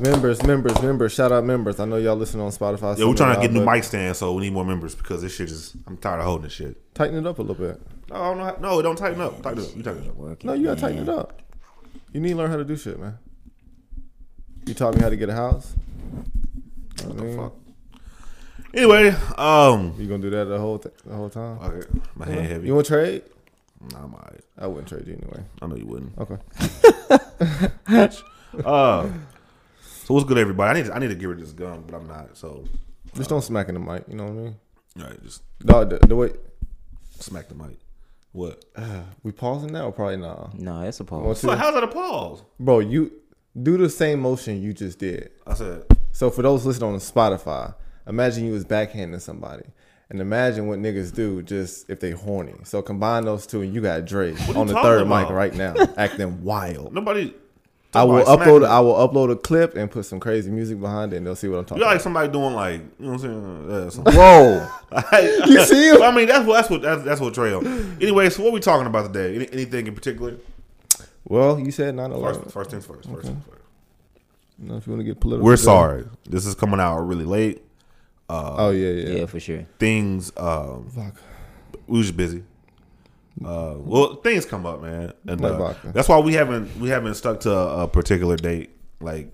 Members, members, members. Shout out members. I know y'all listen on Spotify. Yeah, we're trying to somewhere, get new but mic stands, so we need more members because this shit is. I'm tired of holding this shit. Tighten it up a little bit. No, I don't know. How, no, don't tighten up. Tighten up. You tighten up. No, you gotta tighten it up. You need to learn how to do shit, man. You taught me how to get a house. What the fuck? Anyway, um, You gonna do that the whole th- the whole time? fuck it. my hand heavy. You want to trade? nah, I'm alright. I wouldn't trade you anyway. I know you wouldn't. Okay. Uh, so what's good, everybody? I need to, I need to get rid of this gum, but I'm not. So, Just don't smack in the mic. You know what I mean? all right, just Dog, the, the way smack the mic. What? we pausing now, probably not. No, it's a One, pause. two. So how's that a pause? Bro, you do the same motion you just did. I said So for those listening on Spotify, imagine you was backhanding somebody. And imagine what niggas do just if they horny. So combine those two and you got Dre you on the talking third about? mic right now, acting wild. nobody. I will somebody upload smacking. I will upload a clip and put some crazy music behind it and they'll see what I'm talking You like about. somebody doing like you know what I'm saying? Uh, something. Whoa. you see him? I mean, that's what that's what that's, that's what Trey. on. Anyway, so what we talking about today? Any, anything in particular? well, you said 9 First, 11. first things first. First things first. Now, if you want to get political. We're good. sorry. This is coming out really late. Oh, yeah, yeah. Yeah, for sure. Things. Um, Fuck. we was busy. Uh, well, things come up, man, and Like uh, vodka. that's why we haven't we haven't stuck to a, a particular date. Like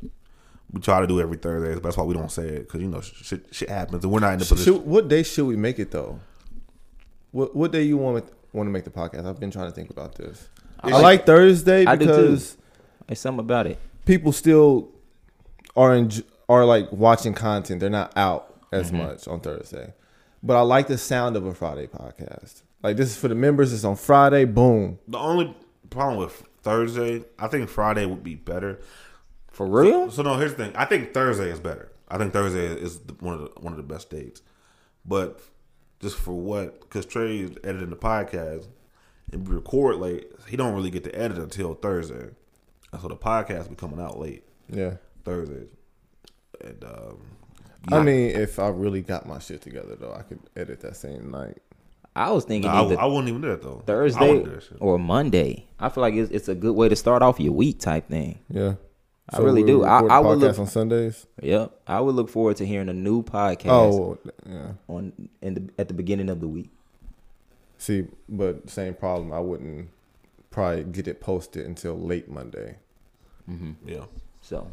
we try to do every Thursday, but that's why we don't say it because you know sh- shit, shit happens, and we're not in the position. Should, what day should we make it, though? What what day you want to, want to make the podcast? I've been trying to think about this. I like, Thursday I do too. because It's something about it. people still are in, are like watching content. They're not out as much on Thursday, but I like the sound of a Friday podcast. Like this is for the members. It's on Friday. Boom. The only problem with Thursday, I think Friday would be better. For real? So no, here's the thing. I think Thursday is better. I think Thursday is the- one of the, one of the best dates. But just for what? Because Trey is editing the podcast and we record late. He don't really get to edit until Thursday, and so the podcast be coming out late Yeah. Thursdays. And um, I mean, if I really got my shit together, though, I could edit that same night. I was thinking I, either I wouldn't even do that though. I Thursday wouldn't do that shit. or Monday. I feel like it's, it's a good way to start off your week type thing. Yeah. I really do. I- record I would podcasts look- on Sundays. Yep. I would look forward to hearing a new podcast Oh, yeah. on in the, at the beginning of the week. See, but same problem. I wouldn't probably get it posted until late Monday. Yeah. So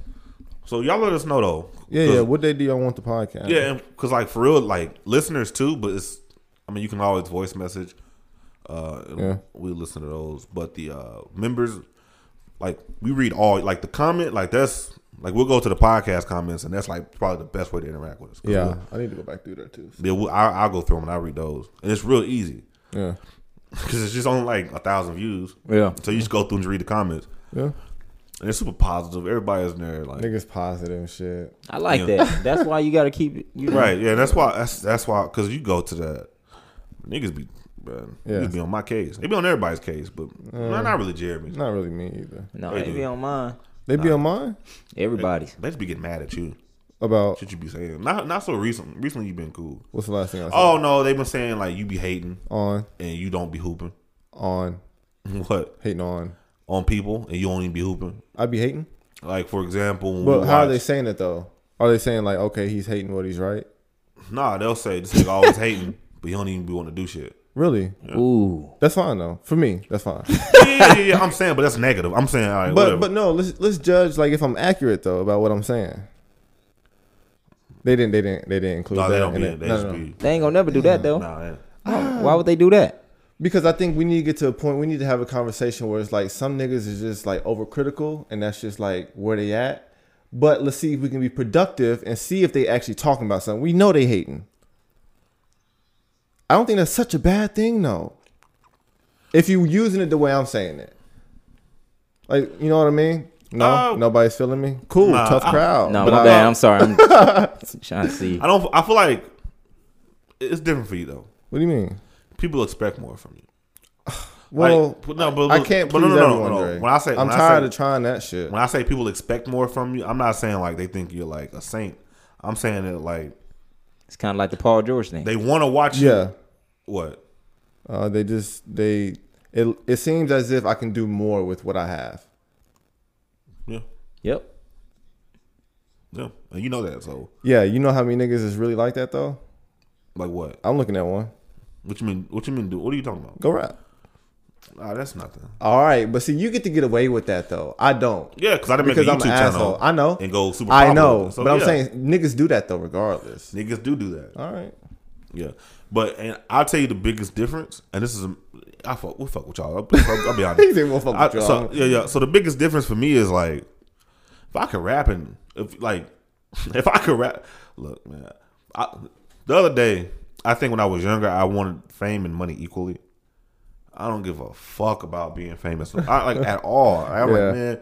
So y'all let us know though. Yeah, 'Cause- yeah. What day do y'all want the podcast? Yeah, because like for real, like listeners too. But it's, I mean, you can always voice message. Uh, Yeah. we listen to those, but the uh members, like we read all like the comment, like that's like we'll go to the podcast comments, and that's like probably the best way to interact with us. 'Cause Yeah. I need to go back through there too. we'll- yeah, we'll- I, I'll go through them and I read those, and it's real easy Yeah. because it's just on like a thousand views. Yeah. So you just go through and read the comments, Yeah. and it's super positive. Everybody's in there, like Niggas positive and shit. I like Yeah. that. That's why you gotta keep it you know, Right. Yeah. That's why. That's that's why. Because you go to that niggas be. Man, Yeah. Niggas be on my case. They be on everybody's case, but nah, not really Jeremy's. Not really me either. No, They it do. be on mine. They be on mine Everybody's. They just be getting mad at you. about Should you be saying? Not not so recent. Recently, you been cool. what's the last thing I said? Oh no, they been saying like you be hating On, and you don't be hooping. on, What hating on. on people and you don't even be hooping. I be hating. Like for example, when But we how are they watch- saying it though? Are they saying like, okay, he's hating what he's right? Nah, they'll say this nigga always hating, but he don't even be wanting to do shit. Really? Ooh. That's fine though. For me, that's fine. Yeah, yeah, yeah, yeah, I'm saying, but that's negative. I'm saying, all but right, whatever. but no, let's let's judge like if I'm accurate though about what I'm saying. They didn't. They didn't. They didn't include no, that. they don't in be. it. They No, just no, no. be. They ain't gonna never do that though. Nah, they- Why- Why would they do that? Because I think we need to get to a point. We need to have a conversation where it's like some niggas is just like overcritical, and that's just like where they at. But let's see if we can be productive and see if they actually talking about something. We know they hating. I don't think that's such a bad thing, though. If you using it the way I'm saying it, like you know what I mean? No, Uh, nobody's feeling me. Cool, nah, tough I- crowd. No, But my I- bad. I'm sorry. I'm trying to see. I don't. I feel like it's different for you though. What do you mean? People expect more from you. Well, like, but no, but I can't But please no, no, no, everyone. no, Dre. no. When I say, I'm when I tired say, of trying that shit. when I say people expect more from you, I'm not saying like they think you're like a saint. I'm saying that like It's kind of like the Paul George thing. they want to watch you. Yeah. What? Uh, they just they it it seems as if I can do more with what I have. Yeah. yep. Yeah, and you know that. So Yeah, you know how many niggas is really like that though? like, what? I'm looking at one. What you mean? What you mean? Do what are you talking about? Go rap. Ah, that's nothing. All right, but see, you get to get away with that though. I don't. Yeah, because I didn't Because make a I'm an YouTube channel. asshole. I know. And go super. I popular know, with it. So, but I'm yeah, saying niggas do that though, regardless. niggas do do that. All right. Yeah, but and I'll tell you the biggest difference, and this is a, I fuck we fuck with y'all. I'll, I'll, I'll be honest. He said we'll fuck with I- y'all. So, yeah, yeah. So the biggest difference for me is like, if I could rap and if like, if I could rap, look, man. I, the other day, I think when I was younger, I wanted fame and money equally. I don't give a fuck about being famous, I, like at all. I'm Yeah. like, man.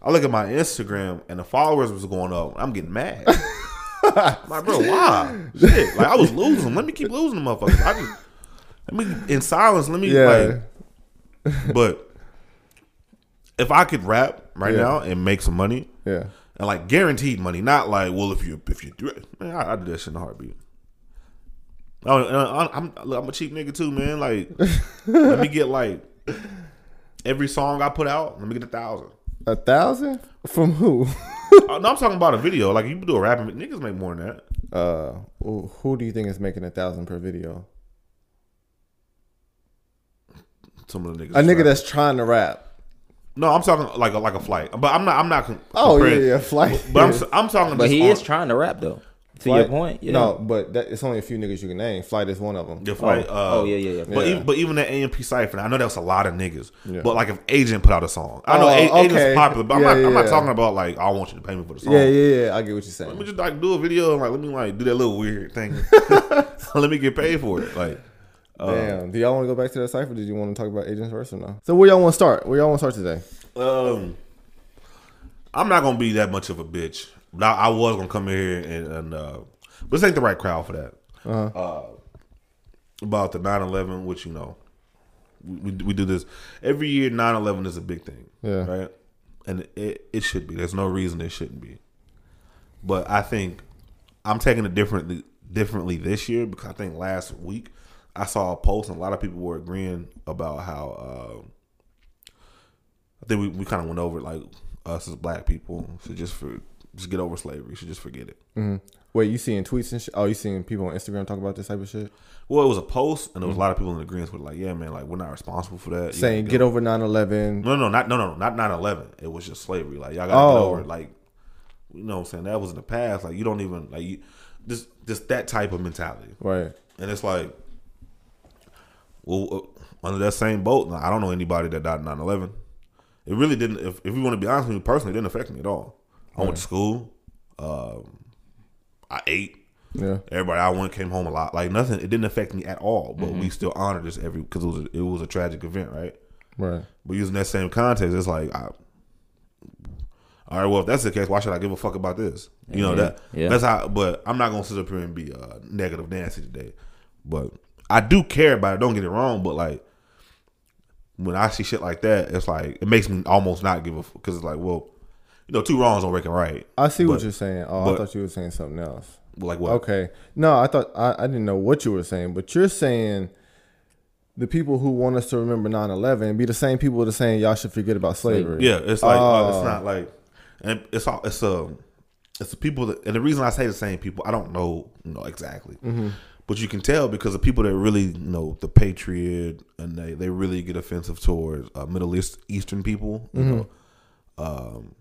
I look at my Instagram and the followers was going up. I'm getting mad. I'm like, bro, why? Shit, like I was losing. Let me keep losing, the motherfuckers. I just let me in silence. Let me Yeah. like. But if I could rap right Yeah. now and make some money, Yeah. and like guaranteed money, not like well if you if you do it, man, I, I do that shit in a heartbeat. I, I, I'm look, I'm a cheap nigga too, man. Like, let me get like every song I put out. Let me get a thousand. A thousand from who? Uh, no, I'm talking about a video. Like you do a rapping, niggas make more than that. uh, who who do you think is making a thousand per video? Some of the niggas. A nigga rap. that's trying to rap. no, I'm talking like a, like a flight, but I'm not. I'm not. com- Oh yeah, comparing- yeah, flight. But I'm, yeah. s- I'm talking. But just he on- is trying to rap though. To your Flight- point, yeah. No, but that, it's only a few niggas you can name. Flight is one of them. The flight. Oh. uh, Oh, yeah, yeah, yeah. But Yeah. even but even that AMP cipher, I know that was a lot of niggas. Yeah. But like if Agent put out a song, I know Oh, A- Agent's okay. popular, but I'm, Yeah, not, I'm yeah. not talking about like I want you to pay me for the song. Yeah, yeah, yeah. I get what you're Oh. Let me saying. just like do a video and like let me like do that little weird thing. let me get paid for it. Like Oh. Damn. Do y'all want to go back to that cipher? Did you want to talk about agents first or no? So where y'all want to start? Where y'all want to start today? um, I'm not gonna be that much of a bitch. But I, I was gonna come in here and, and uh, but this ain't the right crowd for that. uh about the 9/11, which you know, we, we do this every year. 9/11 is a big thing, Yeah. right? And it it should be. There's no reason it shouldn't be. But I think I'm taking it differently differently this year because I think last week I saw a post and a lot of people were agreeing about how. Um, I think we, we kind of went over it, like us as black people should just for just get over slavery. should just forget it. Wait, you seeing tweets and shit? Oh, you seeing people on Instagram talk about this type of shit? Well, it was a post, and there was a lot of people in agreement with like, yeah, man, like we're not responsible for that. You Saying gotta get over 9/11. No, no, not no, no, not 9-11. It was just slavery. Like y'all gotta get Oh. over it. Like you know, what I'm saying that was in the past. Like you don't even like you just just that type of mentality. Right. And it's like, well, uh, under that same boat, now, I don't know anybody that died in 9 11. It really didn't, if, if you want to be honest with me personally, it didn't affect me at all. I went to school. Um, I ate. Yeah. Everybody I went came home a lot. Like nothing, it didn't affect me at all. But we still honor this every, because it was, a, it was a tragic event, right? Right. But using that same context, it's like, I, all right, well, if that's the case, why should I give a fuck about this? You know Yeah, that. yeah. That's how. But I'm not gonna sit up here and be uh, negative Nancy today. But I do care about it. Don't get it wrong. But like, when I see shit like that, it's like it makes me almost not give a because it's like, well, you know, two wrongs don't make it right. I see what But- you're saying. Oh, I but- thought you were saying something else. Like what? Okay. No, I thought I, I didn't know what you were saying, but you're saying the people who want us to remember 9/11 be the same people that are saying y'all should forget about slavery. Yeah, it's like uh, it's not like, and it's all it's um it's the people that, and the reason I say the same people, I don't know, you know exactly, but you can tell because the people that really you know the patriot and they they really get offensive towards uh, Middle East Eastern people, you know, um,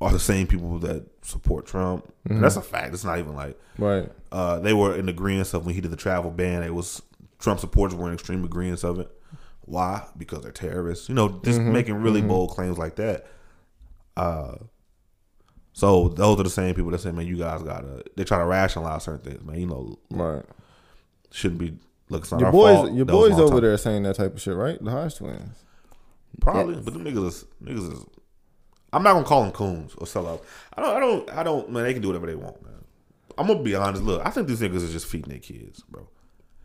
are the same people that support Trump. And that's a fact. It's not even like Right. uh, they were in agreement of when he did the travel ban. It was Trump supporters were in extreme agreement of it. Why? Because they're terrorists. You know, just Mm-hmm, making really bold claims like that. Uh, so those are the same people that say, "Man, you guys gotta." They try to rationalize certain things, man. You know, Right. shouldn't be. Look, it's not Your our boys fault. your That was boys a long over time. there saying that type of shit, right? The Hodge twins. probably, but them niggas is niggas is. I'm not gonna call them coons or sellouts. I don't. I don't. I don't. Man, they can do whatever they want, man. I'm gonna be honest. Look, I think these niggas is just feeding their kids, bro.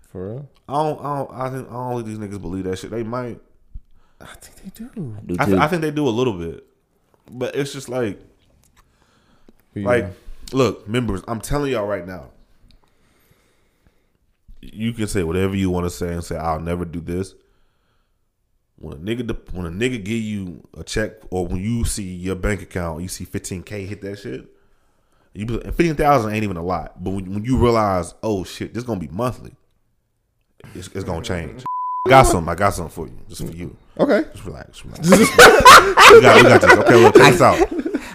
For real? I don't, I don't, I think I don't think these niggas believe that shit. They might. I think they do. Do I, too. th- I think they do a little bit, but it's just like, But like, yeah. look, members, I'm telling y'all right now. You can say whatever you want to say and say I'll never do this. When a nigga, de- when a nigga give you a check, or when you see your bank account, you see 15k hit that shit. You be- and fifteen thousand ain't even a lot, but when, when you realize, oh shit, this gonna be monthly, it's, it's gonna change. I got some. I got something for you, just for you. Okay. Just relax. relax. we, got, we got this. Okay, well, check this out.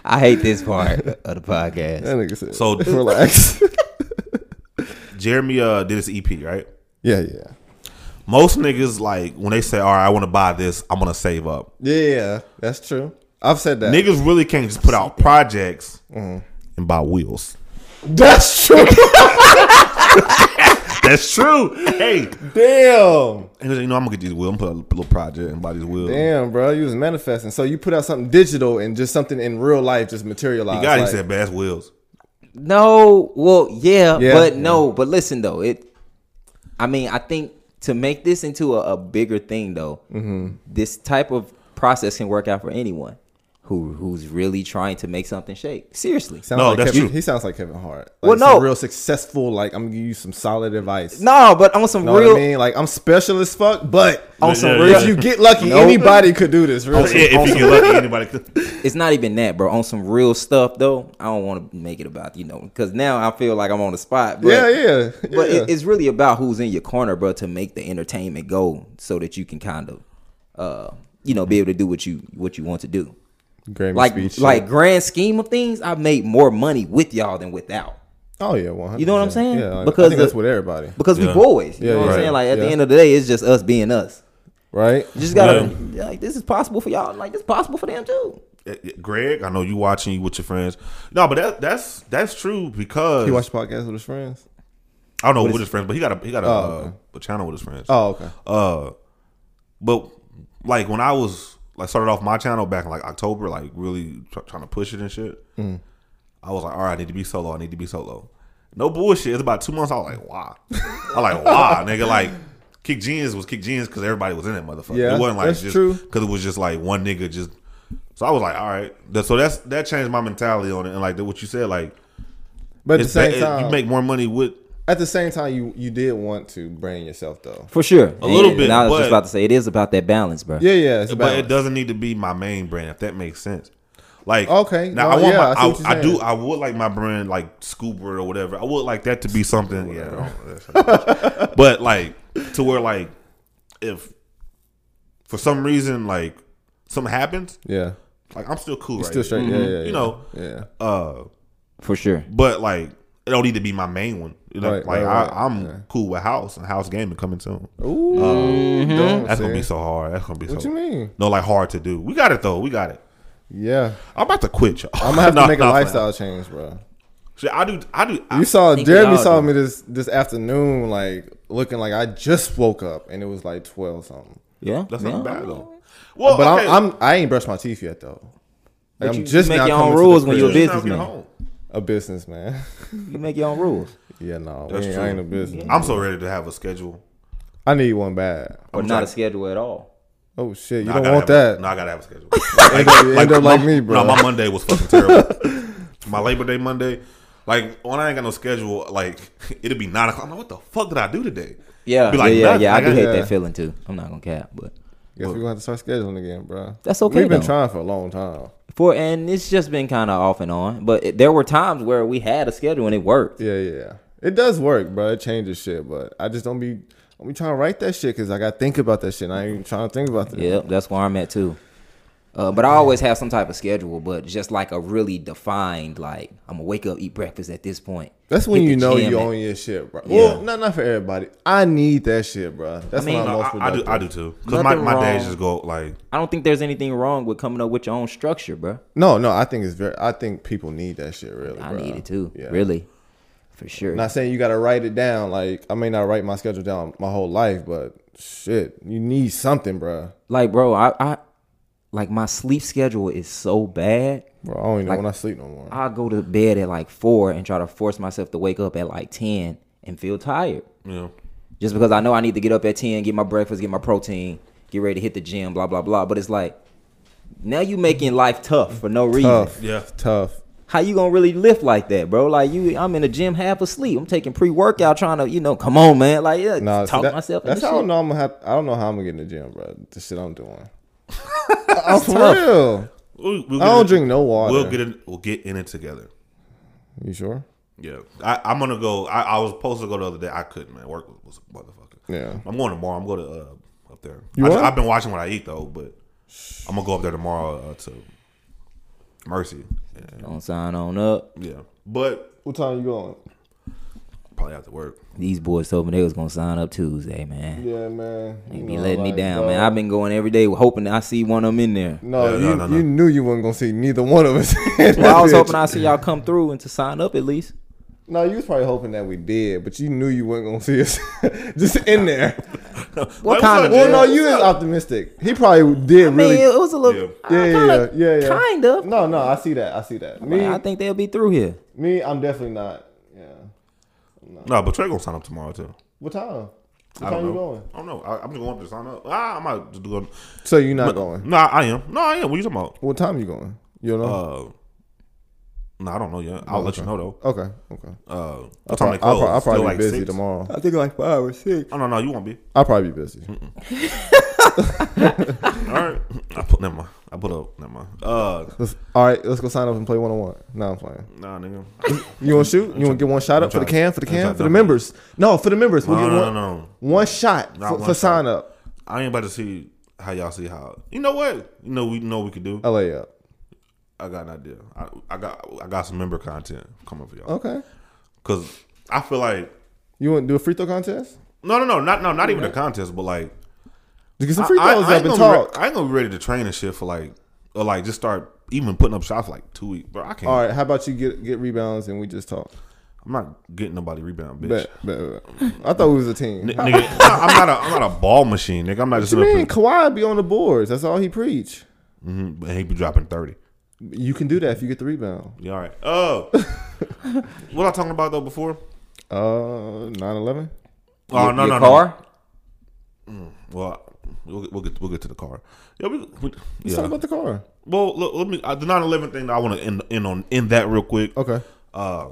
I hate this part of the podcast. That nigga said. So- relax. Jeremy uh, did his EP, right? yeah, yeah, Most niggas like when they say, "All right, I want to buy this. I'm gonna save up." yeah, yeah. That's true. I've said that. Niggas really can't just put out projects and buy wheels. That's true. That's true. hey, Damn. and you know I'm gonna get these wheels. I'm gonna put out a little project and buy these wheels. Damn, bro. You was manifesting. So you put out something digital and just something in real life just materialized. God, he like- said, "Man, that's wheels." No, well, yeah, Yeah. but no, but listen though, it. I mean, I think to make this into a, a bigger thing though, this type of process can work out for anyone who who's really trying to make something shake. Seriously, Sounds No, like that's Kevin, true. He sounds like Kevin Hart. Like Well, some no. real successful. Like I'm gonna give you some solid advice. no, but on some know what real, I mean? Like I'm special as fuck, but on some Yeah, real, yeah. if you get lucky, anybody could do this. Really. Yeah, if you get lucky, anybody could. it's not even that, bro. On some real stuff though, I don't want to make it about you know because now I feel like I'm on the spot. But, yeah, yeah, But yeah. it, it's really about who's in your corner, bro, to make the entertainment go so that you can kind of, uh, you know, be able to do what you what you want to do. Grammy Like speech, like yeah. grand scheme of things, I've made more money with y'all than without oh yeah, 100 You know what I'm saying? Yeah, like, I Because think that's the- with everybody, because Yeah. we boys. You Yeah, know what yeah. I'm saying? Like at Yeah. the end of the day, it's just us being us. right? You just gotta like this is possible for y'all. Like it's possible for them too. Uh, uh, Greg, I know you watching you with your friends. No, but that that's that's true because He watched the podcast with his friends. I don't know with his friends, but he got a he got a, Oh, uh, a channel with his friends. Oh, okay. Uh, but like when I was like started off my channel back in like October, like really tr- trying to push it and shit. Mm. I was like, all right, I need to be solo. I need to be solo. No bullshit. It's about two months. I was like, why? I like why, nigga? Like, Kick Genius was Kick Genius because everybody was in that motherfucker. Yeah, it wasn't like that's just true. because it was just like one nigga just. So I was like, all right. That- So that's that changed my mentality on it, and like what you said, like But at the it's ba- same time, you make more money with at the same time, you you did want to brand yourself though. For sure. A little bit, I was but- just about to say it is about that balance, bro. Yeah, yeah. It's but it about doesn't need to be my main brand if that makes sense. Like Okay, no, now I want yeah, I see what you're my I, I, do saying. I would like my brand like Scuba or whatever. I would like that to be something. Yeah, I don't- that's- but like to where like if for some reason like something happens, yeah, like I'm still cool. right still there. straight. Yeah, yeah, yeah. Mm-hmm. You know, yeah. uh, For sure. but like it don't need to be my main one. You know, Right, like right, right. I, I'm cool with House and House Gaming coming soon. Ooh, Mm-hmm. That's gonna be so hard. That's gonna be What so you mean? no like hard to do. We got it though. We got it. Yeah, I'm about to quit, y'all. I'm gonna have Nah, to make nah, a nah. lifestyle change, bro. See, I do. I do. I, You saw think Jeremy we all saw do. me this this afternoon, like looking like I just woke up and it was like twelve something. Yeah. that's yeah. not bad though. Well, But okay. I'm, I'm I ain't brushed my teeth yet though. Like, But I'm you- just you make now your own coming to rules the when crib. you're Just now businessman. get home. a businessman. You make your own rules. yeah, no, we That's ain't, true. I ain't a business. I'm so ready to have a schedule. I need one bad. Or I'm not a trying- schedule at all. Oh shit, you I don't gotta want have a- that. No, I gotta have a schedule. End up- end up like my- me, bro. No, my Monday was fucking terrible. my Labor Day Monday, like when I ain't got no schedule, like it'll be nine o'clock. I'm like, what the fuck did I do today? Yeah, Be like, yeah, yeah, nothing. yeah. I, I do got- hate yeah. that feeling too. I'm not gonna cap, but Guess we're gonna have to start scheduling again, bro. That's okay, We've been though. trying for a long time. for and it's just been kind of off and on. But it, there were times where we had a schedule and it worked. Yeah, yeah. It does work, bro. It changes shit, but I just don't be. I'm trying to write that shit because I got to think about that shit. and I ain't even trying to think about that. Yep, that's where I'm at too. Uh, but I always have some type of schedule, but just like a really defined, like I'm gonna wake up, eat breakfast at this point. That's when hit you the know gym you at- own your shit, bro. Yeah. Well, not not for everybody. I need that shit, bro. That's mean, when I'm No, most I, I do. productive. I do too. Because my, Nothing my days wrong. just go like I don't think there's anything wrong with coming up with your own structure, bro. No, no. I think it's very. I think people need that shit, really. I bro. need it too, Yeah. really, for sure. Not saying you got to write it down. Like I may not write my schedule down my whole life, but shit, you need something, bro. like, bro, I, I, like my sleep schedule is so bad. Bro, I don't even know when I sleep no more. I go to bed at like four and try to force myself to wake up at like ten and feel tired. you know. just because I know I need to get up at 10, get my breakfast, get my protein, get ready to hit the gym, blah, blah, blah. But it's like, now you making life tough for no reason. tough. Yeah. Tough. How you gonna really lift like that, bro? Like you, I'm in the gym half asleep. I'm taking pre-workout, trying to, you know, come on, man. Like yeah, Nah, see, talk that- myself. That's into how I shit. know I'm gonna have. I don't know how I'm gonna get in the gym, bro. The shit I'm doing. I'm for real. We- we'll I get don't it- drink no water. We'll get in. We'll get in it together. You sure? Yeah, I, I'm gonna go. I, I was supposed to go the other day. I couldn't, man. Work was, was a motherfucker. Yeah. I'm going tomorrow. I'm going to uh, up there. You I, are? I've been watching what I eat though, but I'm gonna go up there tomorrow uh, to Mercy. Yeah. Don't sign on up. yeah, but What time you going? probably have to work. These boys told me they was gonna sign up Tuesday, man. Yeah, man. They You be know, letting me like, down, bro. man. I've been going every day hoping that I see one of them in there. No, Yeah, you, no, no, no. you knew you weren't gonna see neither one of us. in Well, I was that hoping bitch. I see y'all come through and to sign up at least. No, you was probably hoping that we did, but you knew you weren't gonna see us just in there. What Like, what's up, kind of- Well, Jay? Oh, no, you is optimistic. He probably did I mean, really. it was a little, Yeah. I yeah, yeah, kinda- yeah, yeah. kind of. No, no, I see that. I see that. Me, Man, I think they'll be through here. me, I'm definitely not. Yeah. No, but Trey gonna sign up tomorrow too. What time? What I time don't you know. going? I don't know. I, I'm just going up to sign up. Ah, I might just go. So you're not But- going. No, I am. No, I am. What you talking about? What time you going? You don't know. Uh, no, I don't know yet. I'll let you know though. Oh, okay, okay. Uh, what I'll, time prob- they I'll, close? prob- I'll Still probably like be busy six? tomorrow. I think like five or six. Oh no, no, you won't be. I'll probably be busy. All right. I put never mind. I put up never mind. Uh, Let's, all right, let's go sign up and play one on one. No, I'm playing. nah, nigga. You want to shoot? You want to get one shot up for the trying- cam? For the I'm cam? trying- For the members? No, for the members. We'll No, get no, no, one, no. one shot Not for, one for shot. sign up. I ain't about to see how y'all see how. You know what? You know we know what we could do. LA up. I got an idea. I, I got I got some member content coming for y'all. Okay. Cause I feel like You want to do a free throw contest? no, no, no, not no, not even a contest, but like Just get some I- free throws I, I ain't up and gonna be re- talk. I ain't gonna be ready to train and shit for like or like just start even putting up shots for like two weeks, bro. I can't. All right, how about you get get rebounds and we just talk? I'm not getting nobody rebound, bitch. Bet, bet, bet. I thought we was a team. N- nigga, I'm not a I'm not a ball machine, nigga. I'm not just up Man, here. Kawhi be on the boards. That's all he preach. Mhm, but he be dropping thirty. You can do that if you get the rebound. Yeah, all right. Oh, what I talking about though before? Uh, 9-11? Oh your, no no your car? no. Well, we'll get, we'll get we'll get to the car. Yeah, we, we Let's yeah. talk about the car. well, look, let me uh, the 9/11 thing. I want to end end on end that real quick. Okay. Uh,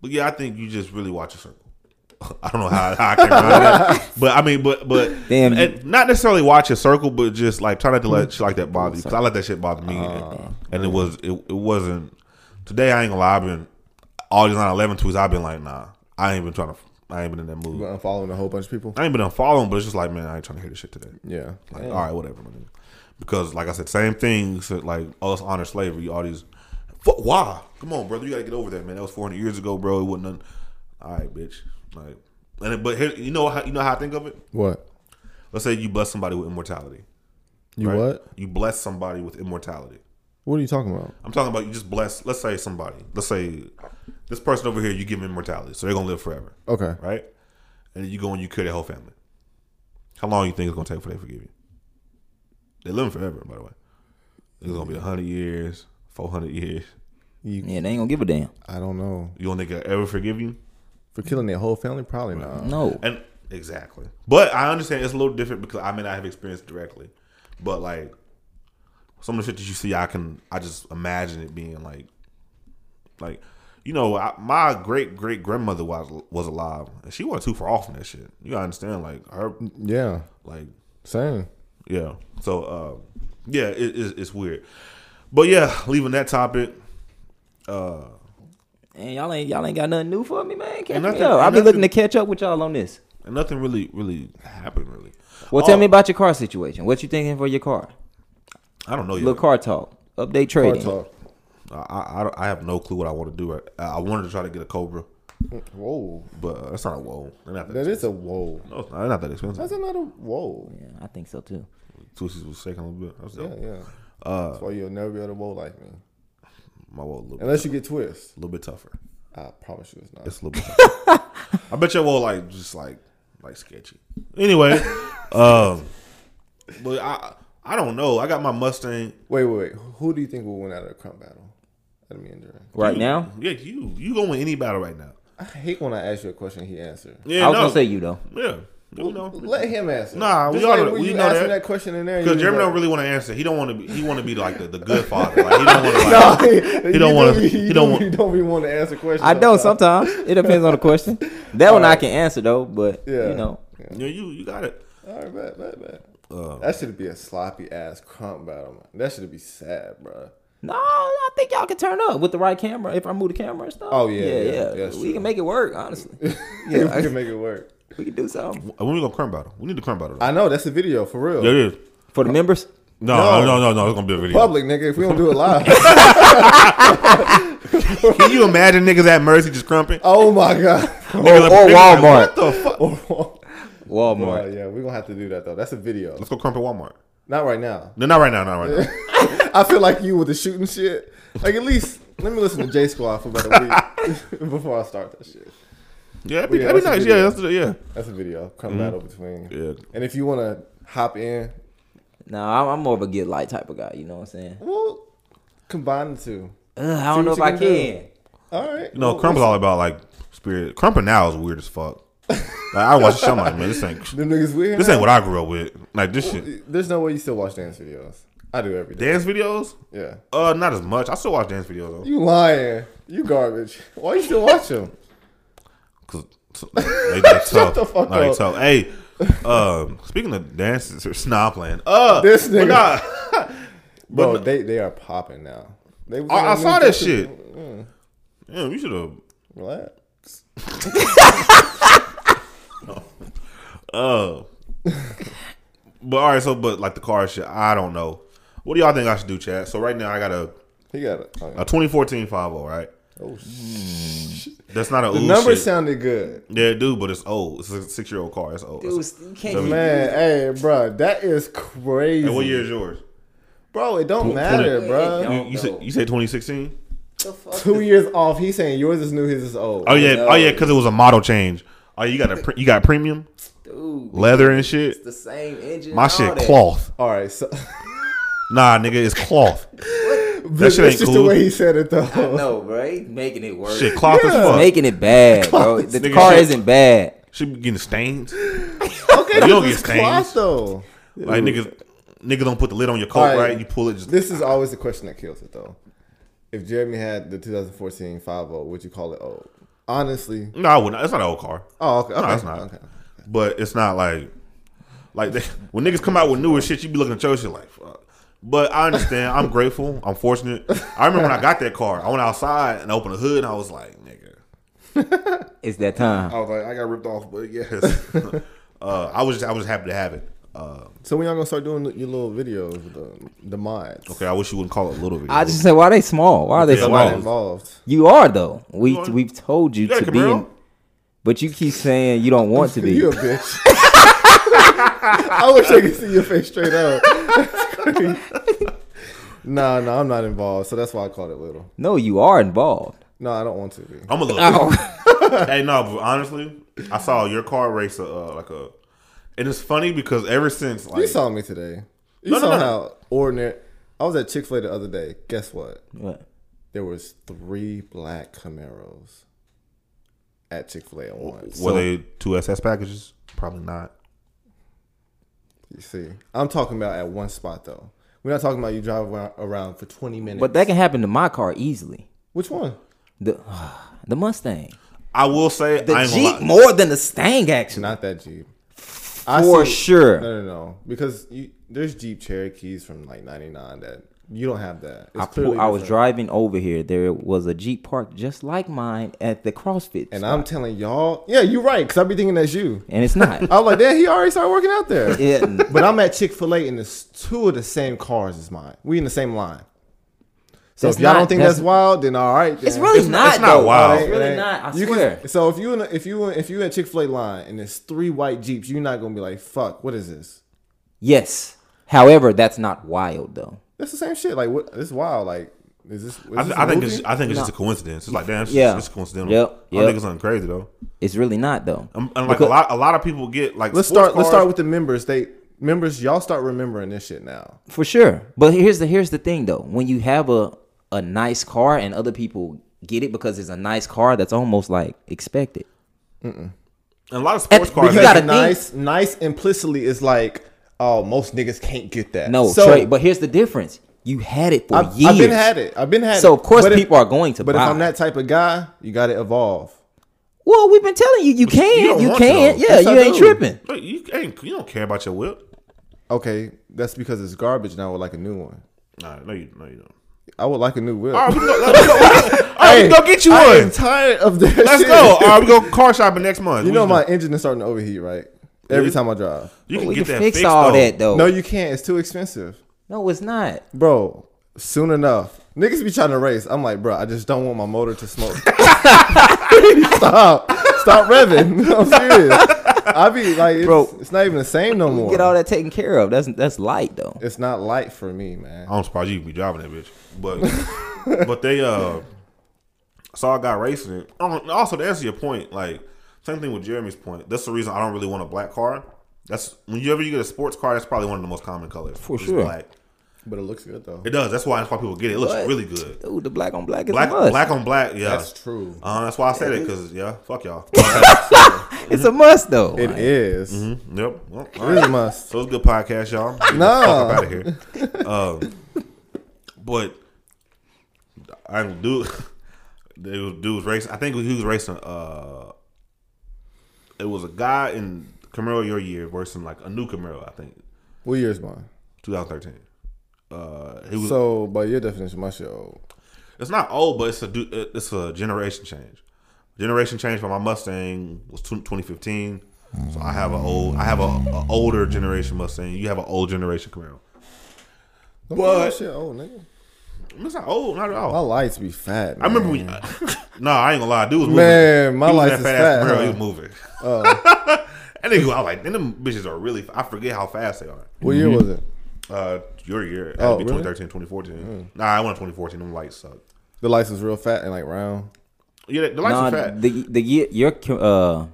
but yeah, I think you just really watch a circle. I don't know how, how I came around that, but I mean, but but Damn, you- and not necessarily watch a circle, but just like try not to let shit like that bother you because I let that shit bother me, and, and it was it, it wasn't today. I ain't gonna lie, I've been all these 9/11 tweets. I've been like, nah, I ain't been trying to. I ain't been in that mood. You unfollowing a whole bunch of people? I ain't been unfollowing, but it's just like, man, I ain't trying to hear this shit today. Yeah. Like, all right, whatever. my nigga. Because, like I said, same thing. So, like us honor slavery. All these, fuck, why? Come on, brother, you gotta get over that, man. That was 400 years ago, bro. It wasn't. None. All right, bitch. Like, and it- but here, you know how you know how I think of it. What? Let's say you bless somebody with immortality. You right? what? You bless somebody with immortality. What are you talking about? I'm talking about you just bless. Let's say somebody. Let's say this person over here. You give them immortality, so they're gonna live forever, Okay. right? And you go and you cure their whole family. How long you think it's gonna take before they forgive you? They living forever, by the way. It's gonna be hundred years, four hundred years. Yeah, they ain't gonna give a damn. I don't know. You don't think they'll ever forgive you? For killing their whole family? Probably not. No. And exactly. But I understand it's a little different because I may not have experienced directly. But like some of the shit that you see, I can I just imagine it being like, like, you know, I, my great great grandmother was was alive, and she wasn't too far off from that shit. You gotta understand, like her, Yeah. like Same. yeah. So uh, yeah, it, it's, it's weird. But yeah, leaving that topic. Uh, And y'all ain't y'all ain't got nothing new for me, man. Catch Ain't me nothing- up. ain't I'll be nothing- looking to catch up with y'all on this. and nothing really really happened really. Well, Oh. tell me about your car situation. What you thinking for your car? I don't know yet. Little car talk. Update Car trading. talk. I, I, I don't- I have no clue what I want to do. I, I wanted to try to get a Cobra, Whoa. but uh, that's not a whoa. They're not that, That is a whoa. no, it's not, they're not that expensive. That's another whoa. Yeah, I think so too. Twisties was shaking a little bit. I was Yeah, like, yeah. Uh, That's why you'll never be able to whoa like me. my whoa a little, bit, Unless you get twist. a little bit tougher. I promise you it's not. It's a little bit. tougher. I bet your whoa like just like like sketchy. Anyway, um, but I I don't know. I got my Mustang. Wait, wait, wait. Who do you think will win out of the crump battle? Out of me and Duran. Right You- now, yeah, you you gonna win any battle right now. I hate when I ask you a question he answered. Yeah, I was no. gonna say you though. yeah. You know, Let him answer. Nah, Just we like oughta- when we you know asking that. that. question in there. you because was Jeremy like- don't really want to answer. He don't want to be. He want to be like the, the good father. Like he don't want to. Like, he don't wanna- he He don't want- He don't be want to answer questions. I don't sometimes. It depends on the question. That one I can answer though, but Yeah. you know. Yeah, you you got it. All right, Uh, bet, bet, bet. that should be a sloppy ass crump battle. Man. That should be sad, bro. No, I think y'all can turn up with the right camera if I move the camera and stuff. Oh, yeah, yeah, yeah. that's we true. can make it work, honestly. Yeah, yeah, we can make it work. we can do something When we gonna crumb battle? We need to crumb battle. I know that's a video for real. Yeah, it is. for the members. No, No. no, no, no, no. It's gonna be a video. Public nigga, if we don't do it live. Can you imagine niggas at Mercy just crumping? oh my god. Niggas up- or niggas like, what oh, Walmart. the fuck? Oh, Walmart. yeah, we're gonna have to do that though. That's a video. Let's go crump at Walmart. Not right now. No, not right now. Not right now. I feel like you with the shooting shit. Like at least let me listen to J Squad for about a week before I start that shit. Yeah, that'd be, Yeah, that'd that's be a nice. video. Yeah, that's the, yeah. That's a video. Come battle between. Mm-hmm. Yeah. And if you wanna hop in, No, I'm, I'm more of a get light type of guy. You know what I'm saying? we'll combine the two. Ugh, I See don't know what if you I can can. do. All right. No, well, Crump's all about like spirit. Crumpin now is weird as fuck. Like, I watch the show, I'm like, man, this ain't Them niggas weird. this ain't what I grew up with. Like this shit. There's no way you still watch dance videos. I do every day. Dance videos? Yeah. Uh, not as much. I still watch dance videos though, You lying. You garbage. Why you still watch them? cause t- they, they tough. the fuck No, they up. tough. Hey, um, speaking of dances, or snob playing. Uh, This but nigga. nah, Bro, But- they, they are popping now. They was on I, I that saw new that Gucci- shit. Yeah, we should have. Relax. Uh, but all right. So, but like the car shit, I don't know. What do y'all think I should do, Chad? So right now I got a He got oh, it. a 2014 5.0, right? Oh, That's not a The ooh numbers shit. sounded good. Yeah, it do, but it's old. It's a six year old car. It's old. Dude, you can't. W- Man, hey, bro, that is crazy. and what year is yours? Bro, it don't Tw- matter, twenty- bro. You, you said you said 2016. the fuck Two years off. He's saying yours is new, his is old. Oh yeah, No. oh yeah, because it was a model change. Oh, you got a pre- you got premium dude, leather and shit. it's the same engine. My and all shit that. cloth. All right, so Nah, nigga, it's cloth. that shit ain't just cool. the way he said it though. I know, bro. He's making it worse. Shit, cloth as Yeah. fuck. making it bad, bro. The Nigga, car shit. isn't bad. Should be getting stains. Okay, You don't this is get stains. cloth though. Like niggas, niggas don't put the lid on your coat All right. right. You pull it. Just This is always the question that kills it though. If Jeremy had the 2014 5.0, oh, would you call it old? Honestly, no, I wouldn't. It's not an old car, oh okay, okay, it's not. okay. but it's not like like they, when niggas come out with newer shit, you be looking at your shit like fuck. But I understand. I'm grateful. I'm fortunate. I remember when I got that car, I went outside and opened the hood, and I was like, nigga. It's that time. I was like, I got ripped off, but yes. uh, I was just, I was happy to have it. Uh, So when y'all gonna start doing your little videos with the, the mods? okay, I wish you wouldn't call it little video. I just said, why they small? Why are they Yeah, Am I why small? they- involved. You are though. We You are. we've told you, You got a to be, in, Camaro? but you keep saying you don't want to be. You a bitch. I wish I could see your face straight up. That's crazy. No, no, I'm not involved, so that's why I called it little. No, you are involved. No, I don't want to be. I'm a little. hey, no, but honestly, I saw your car race a uh, like a, and it's funny because ever since like You saw me today. You No, no, saw no, no. how ordinary. I was at Chick Fil A the other day. Guess what? What? There was three black Camaros at Chick Fil A at once. were they two SS packages? Probably not. You see, I'm talking about at one spot though. We're not talking about you driving ar- around for 20 minutes. But that can happen to my car easily. Which one? The the Mustang, I will say the I ain't Jeep gonna lie. more than the Stang actually, Not that Jeep. for see- sure. No, no, no. Because you, there's Jeep Cherokees from like '99 that you don't have that. It's I, clearly pull, I was different. driving over here. There was a Jeep parked just like mine at the CrossFit, and and, I'm telling y'all, yeah, you're right. Because I be thinking that's you. and it's not. I was like, damn, he already started working out there. It- but I'm at Chick Fil A, and it's two of the same cars as mine. We in the same line. So That's if y'all not- don't think that's- that's, wild, then all right. it's then. really It's not- not. it's not though. wild. It's It really ain't- not. I you can- swear. so if you in, if you in, if you in Chick Fil A line and there's three white Jeeps, you're not gonna be like, fuck, what is this? yes. However, that's not wild though. That's the same shit. Like, what? This is wild. Like, is this? Is I, this th- a I think movie? it's I think it's just a coincidence. It's like damn, it's, Yeah. it's coincidental. Yep, I yep. think it's something crazy though. It's really not though. Um, And like a lot a lot of people get like Let's sports start. Let's cars. start with the members. They members, y'all start remembering this shit now. For sure. But here's the here's the thing though. When you have a a nice car and other people get it because it's a nice car, that's almost like expected. and a lot of sports At- cars. you Because gotta nice, nice implicitly is like, oh, most niggas can't get that. No, so Trey, but here's the difference. You had it for I've, years. I've been had it. I've been had it. So of course But if- people are going to But buy. if I'm that type of guy, you got to evolve. well, we've been telling you you can, don't you, want can. to, though. Yeah, Yes, you I ain't do. tripping. Look, you ain't you don't care about your whip. Okay, that's because it's garbage, and I would like a new one. Nah, no, you no you don't. I would like a new whip. All right, we go, let's go. All right, we go get you I am one. tired of that. Let's shit. go. All right, we go car shopping next month. You We know can- my engine is starting to overheat, right? Every Really? time I drive. You But can we get can that fix fixed, all though. that though. No, you can't. It's too expensive, no, it's not. bro. Soon enough, niggas be trying to race. I'm like, bro, I just don't want my motor to smoke. Stop, stop revving. I'm serious. I be like, it's, Bro. it's not even the same no more. Get all that taken care of. That's that's light though. It's not light for me, man. I'm surprised you even be driving that bitch. But but they uh saw a guy racing it. Oh, and Also to answer your point, like same thing with Jeremy's point. That's the reason I don't really want a black car. That's whenever you get a sports car, that's probably one of the most common colors. For sure. Black. But it looks good though. It does. That's why that's why people get it. It looks But- really good. Dude, the black on black is Black a must. black on black, yeah. That's true. Uh, that's why I said it, because yeah, fuck y'all. Mm-hmm. It's a must though. It Like, is. yep. Well, all It is right. a must. So it's a good podcast, y'all. Get the No. fuck out of here. Um, but I do. They was dude was racing. I think he was racing. Uh, it was a guy in Camaro your year versus like a new Camaro. I think What year is mine? 2013. Uh, he was. So, by your definition, my shit old. it's not old, but it's a du- uh, it's a generation change. Generation change for my Mustang was tw- 2015. So I have a old, I have a, a older generation Mustang. You have an old generation Camaro. Don't call my But- shit old, nigga. It's not old, not at all. My lights be fat. Man. I remember when. no, I ain't gonna lie. Dude was moving. Mm. Man, my he was life in is that fat-ass fat, Camaro, huh? Oh. He was moving. and then I was like, then them bitches are really. I forget how fast they are. What Mm-hmm. year was it? Uh, your year. It had Oh, to be really? Mm. 2013, 2014. Nah, I went 2014. Them lights suck. The lights was real fat and like round. Yeah, the lights nah, are fat. the the year your Ca- uh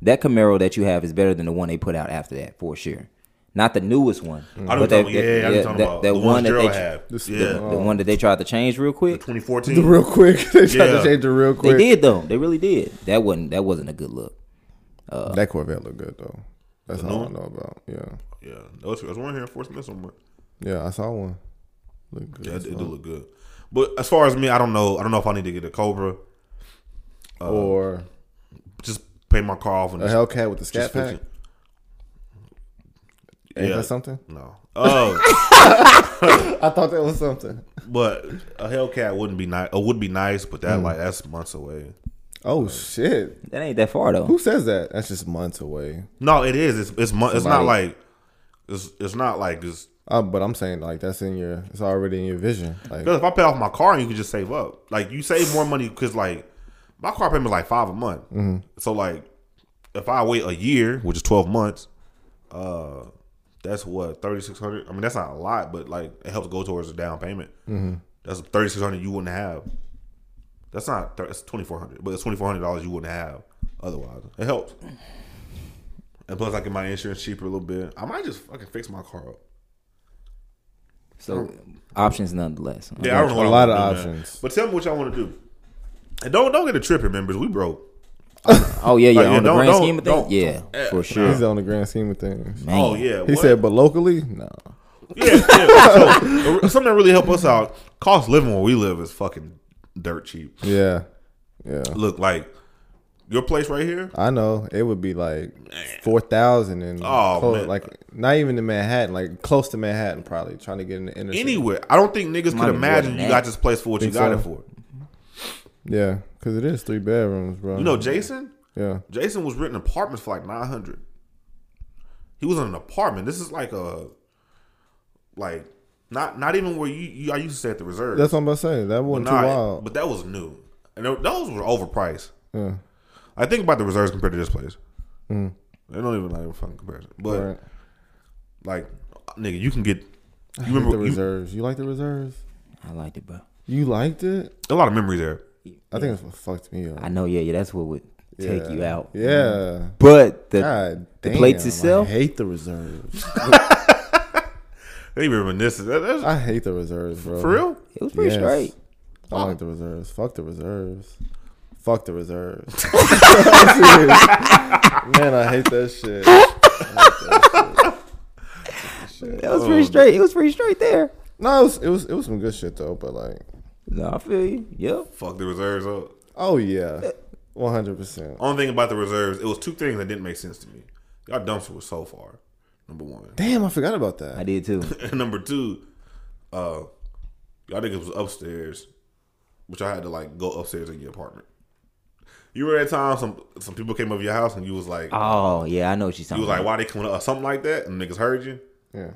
that Camaro that you have is better than the one they put out after that for sure. Not the newest one. I but don't that- know. Yeah, yeah, I that- was talking that- about that the one that they Gerald had. This- yeah, the one that they tried to change real quick. 2014. The real quick. they tried to Yeah. change the real They quick. did though. They really did. That wasn't that wasn't a good look. That Corvette looked good though. That's all I Uh, one? know about. Yeah, yeah, those there's one here in Force Miss one. yeah. I saw one. Look good. Yeah, it, it do look good. But as far as me, I don't know. I don't know if I need to get a Cobra. or Just pay my car off and a uh, just, Hellcat with the scat just fix pack. it. Ain't Yeah. that something? No. Oh. I thought that was something. But a Hellcat wouldn't be nice. It would be nice, but that like that's months away. Oh shit! That ain't that far though. Who says that? That's just months away. No, it is. It's it's mon- it's not Somebody- like it's it's not like just Uh, but I'm saying like that's in your. It's already in your vision. Like because if I pay off my car, you can just save up. Like you save more money because like my car payment is like five a month. So like if I wait a year, which is twelve months, uh, that's what thirty six hundred. I mean that's not a lot, but like it helps go towards the down payment. That's thirty six hundred you wouldn't have. That's not thir- it's twenty four hundred, but it's twenty four hundred dollars you wouldn't have otherwise. It helps. And plus, I get my insurance cheaper a little bit. I might just fucking fix my car up. So options nonetheless. Yeah, I don't know what a I lot wanna of do, man. options. But tell me what y'all want to do. And don't don't get it tripping, members. We broke. Oh yeah, yeah. Like, yeah, on the don't- grand don't- scheme of things, don't- yeah, for sure. he's on the grand scheme of things. Man. Oh yeah. He what? said, but locally, no. yeah, yeah. So, something that really helped us out. Cost of living where we live is fucking dirt cheap. Yeah, yeah. Look, like your place right here. I know it would be like four thousand and Oh, close, man. like not even in Manhattan, like close to Manhattan, probably trying to get in the inner city. Anywhere. I don't think niggas Might could be imagine more than you that. got this place for what you Think got so? it for. Yeah, because it is three bedrooms, bro. You know, Jason. yeah, Jason was renting apartments for like nine hundred. He was in an apartment. This is like a, like not not even where you, you I used to stay at the reserve. that's what I'm about to say. That wasn't Nah, too wild. but that was new, and th- those were overpriced. yeah, Hmm. I think about the reserves compared to this place. They don't even like a fucking comparison. But right. like, nigga, you can get. You the remember you, reserves. You like the reserves? I liked it, bro. You liked it? a lot of memories there. I think it's what fucked me up. I know. Yeah, yeah. That's what would take Yeah. you out. Yeah. But the God the damn, plates I itself. hate the reserves. They even reminiscent. That, that's I hate the reserves, bro. for real. It was pretty Yes. straight. I don't like the reserves. Fuck the reserves. Fuck the reserves. I'm serious. Man, I hate that shit. It was Oh. pretty straight. It was pretty straight there. No, it was, it was it was some good shit though, but like, No, I feel you. Yep. Fuck the reserves up. oh Uh, yeah, one hundred percent. Only thing about the reserves, it was two things that didn't make sense to me. Y'all dumpster was so far. Number one. Damn, I forgot about I that. did too. And number two, uh, Y'all niggas was upstairs, which I had to like go upstairs in your apartment. You were at time some some people came over your house and you was like Oh yeah, I know what you're you talking was about. like why they coming up or something like that and niggas heard you. Yeah.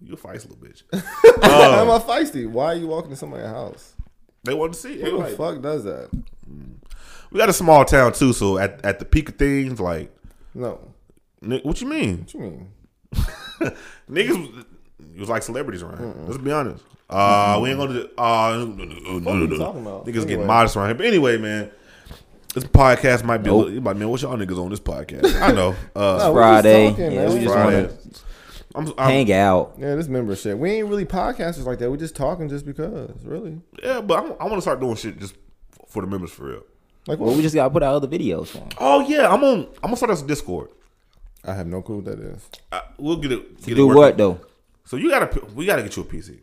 You a feisty little bitch. How am I feisty? Why are you walking to somebody's house? They wanted to see. you. They Who were the like, fuck does that? we got a small town too, so at, at the peak of things, like No. ni- what you mean? What you mean? Niggas was, it was like celebrities around. here. Let's be honest. Uh, we ain't gonna. do- Uh, no, no, no, no, you no. talking about? Niggas getting Anyway. modest around here. But anyway, man, this podcast might be. a Nope. little, you like, man, what y'all niggas on this podcast? I know. No, Uh, we just Friday. talking, Yeah, man. we We just just- Friday. I'm, I'm, Hang out. Yeah, this membership. We ain't really podcasters like that. We just talking just because, really. yeah, but I'm, I want to start doing shit just for the members for real. Like, Well, what? we just gotta put out other videos for 'em. Oh yeah, I'm on. I'm gonna start this Discord. I have no clue what that is. Uh, we'll get it. Get it Do working. what though? So you gotta. p- We gotta get you a PC.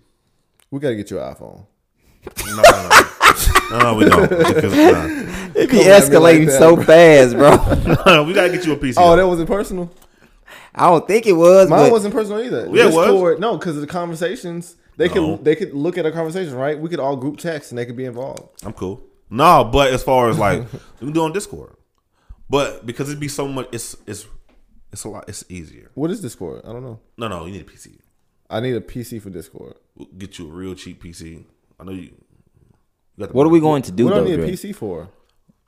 We gotta get you an iPhone. No, no, no. no, we don't. Because, nah. It be Come at me like escalating that, so bro. fast, bro. No, we gotta get you a PC. Oh, that wasn't personal. I don't think it was. Mine but wasn't personal either. Yeah, it was. Discord- no, because of the conversations. They No. could they could look at a conversation, right? We could all group text and they could be involved. I'm cool. No, but as far as like we can do on Discord, but because it'd be so much, it's it's it's a lot. It's easier. What is Discord? I don't know. No, no, you need a PC. I need a PC for Discord. We'll get you a real cheap PC. I know you. you got the What are we going to do what do I though? need a Dre? PC for?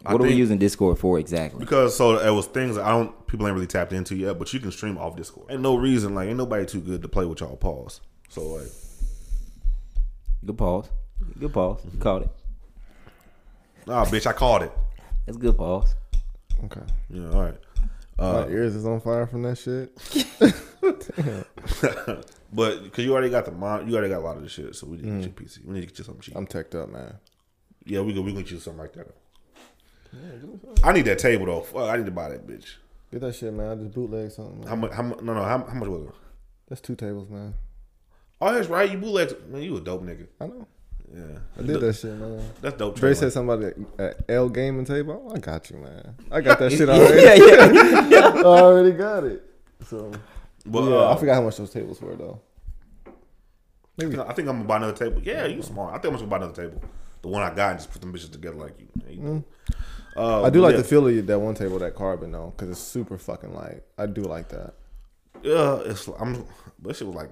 I What are we think- using Discord for exactly? Because so it was things that I don't people ain't really tapped into yet, but you can stream off Discord. Ain't no reason like ain't nobody too good to play with y'all. Pause. So like Good pause. Good pause. You called it. nah, bitch, I called it. That's good pause. Okay. You know, all right. My ears is on fire from that shit. But because you already got the mon, you already got a lot of the shit, so we need Mm. to get you a PC. We need to get you something cheap. I'm teched up, man. Yeah, we can we can choose something like that. I need that table though. Fuck, I need to buy that bitch. Get that shit, man. I just bootleg something. How Man. much? How much? No, no. How, how much was it? That's two tables, man. Oh, that's right. You bootleg. Man, you a dope nigga. I know. Yeah, I did that shit, man. That's dope. Dre Trey said somebody at L gaming table. Oh, I got you, man. I got that shit already. yeah, yeah. I already got it. So But, yeah, uh, I forgot how much those tables were though. you know, I think I'm gonna buy another table. Yeah, you smart. I think I'm just gonna buy another table. The one I got and just put them bitches together like you. Hey, you- Uh, Mm. I do like yeah. the feel of that one table, that carbon though, because it's super fucking light. I do like that. Yeah, it's I'm. But shit was like.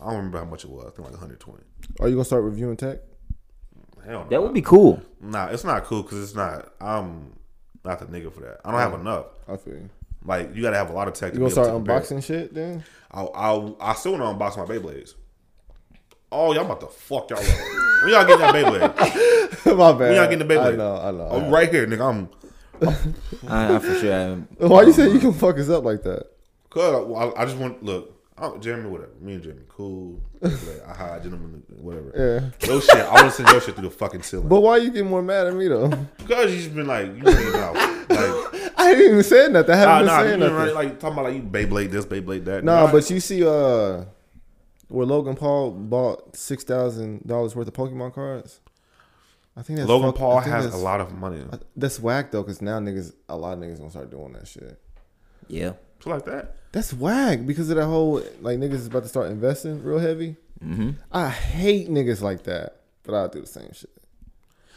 I don't remember how much it was. I think like 120. Are you gonna start reviewing tech? Hell no. That would be cool. Nah, it's not cool because it's not. I'm not the nigga for that. I don't have Mm. enough. I feel you. Like you gotta have a lot of tech. You to gonna be able start to compare. unboxing shit then? I I I still wanna unbox my Beyblades. Oh, y'all about to fuck y'all up. when y'all get that Beyblade? My bad. When y'all getting the Beyblade? I know. I know. I'm right here, nigga. I'm I, I for sure. am. Why you say you can fuck us up like that? cause I- I, I just want look. I, Jeremy, whatever. Me and Jeremy, cool. Like, I hide gentlemen, whatever. Yeah. Your shit. I want to send your shit through the fucking ceiling. But why you get more mad at me though? because you just been like, you been out. Like, I ain't even saying nothing. I nah, haven't nah, you been saying been nothing. running, like talking about like you Beyblade this, Beyblade that. No, Nah, but you see, uh, where Logan Paul bought six thousand dollars worth of Pokemon cards. I think that's Logan fuck- I Paul think has a that's- lot of money. That's whack though, because now niggas, a lot of niggas gonna start doing that shit. Yeah. It's like that. That's whack because of that whole like niggas is about to start investing real heavy. Mm-hmm. I hate niggas like that, but I'll do the same shit.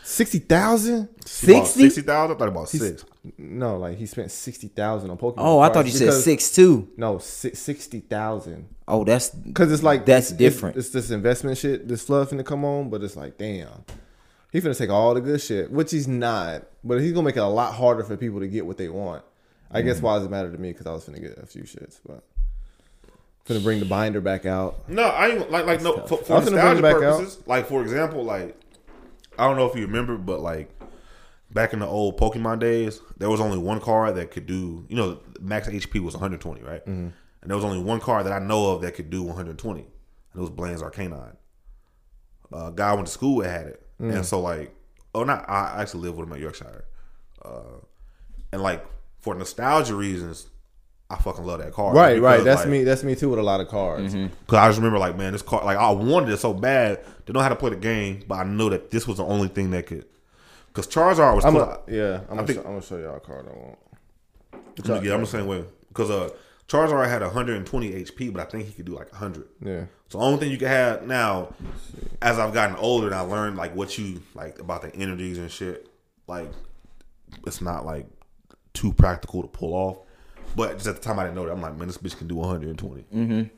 Sixty thousand? He bought 60? 60,000? I thought about six. No, like he spent sixty thousand on Pokemon. Oh, I thought cards you said because- six two. No, si- sixty thousand. Oh, that's Cause it's like That's it's- it's- different. It's, this investment shit, this fluff finna come on, but it's like, damn, he finna take all the good shit, which he's not. But he's gonna make it a lot harder for people to get what they want. I guess Mm. why does it matter to me? Cause I was finna get a few shits, but finna bring the binder back out. No, I ain't like like no for, for I was gonna nostalgia bring it back out. purposes. Like for example, like I don't know if you remember, but like back in the old Pokemon days, there was only one card that could do. You know, max HP was 120, right? Mm-hmm. And there was only one card that I know of that could do 120, and it was Blaine's Arcanine. Uh, guy I went to school with had it, Mm. and so like, oh, not I actually live with him at Yorkshire, uh, and like for nostalgia reasons, I fucking love that card. Right, right. Because, That's like, me. That's me too with a lot of cards. Mm-hmm. Cause I just remember like, man, this car like I wanted it so bad to know how to play the game, but I knew that this was the only thing that could. Cause Charizard was I'm cool. a, yeah. I'm gonna, think- show, I'm gonna show y'all a card I want. yeah, I'm the same way. Cause uh, Charizard had 120 HP, but I think he could do like 100. Yeah. So the only thing you can have now, as I've gotten older and I learned like what you like about the energies and shit, like it's not like too practical to pull off. But just at the time I didn't know that. I'm like, man, this bitch can do 120.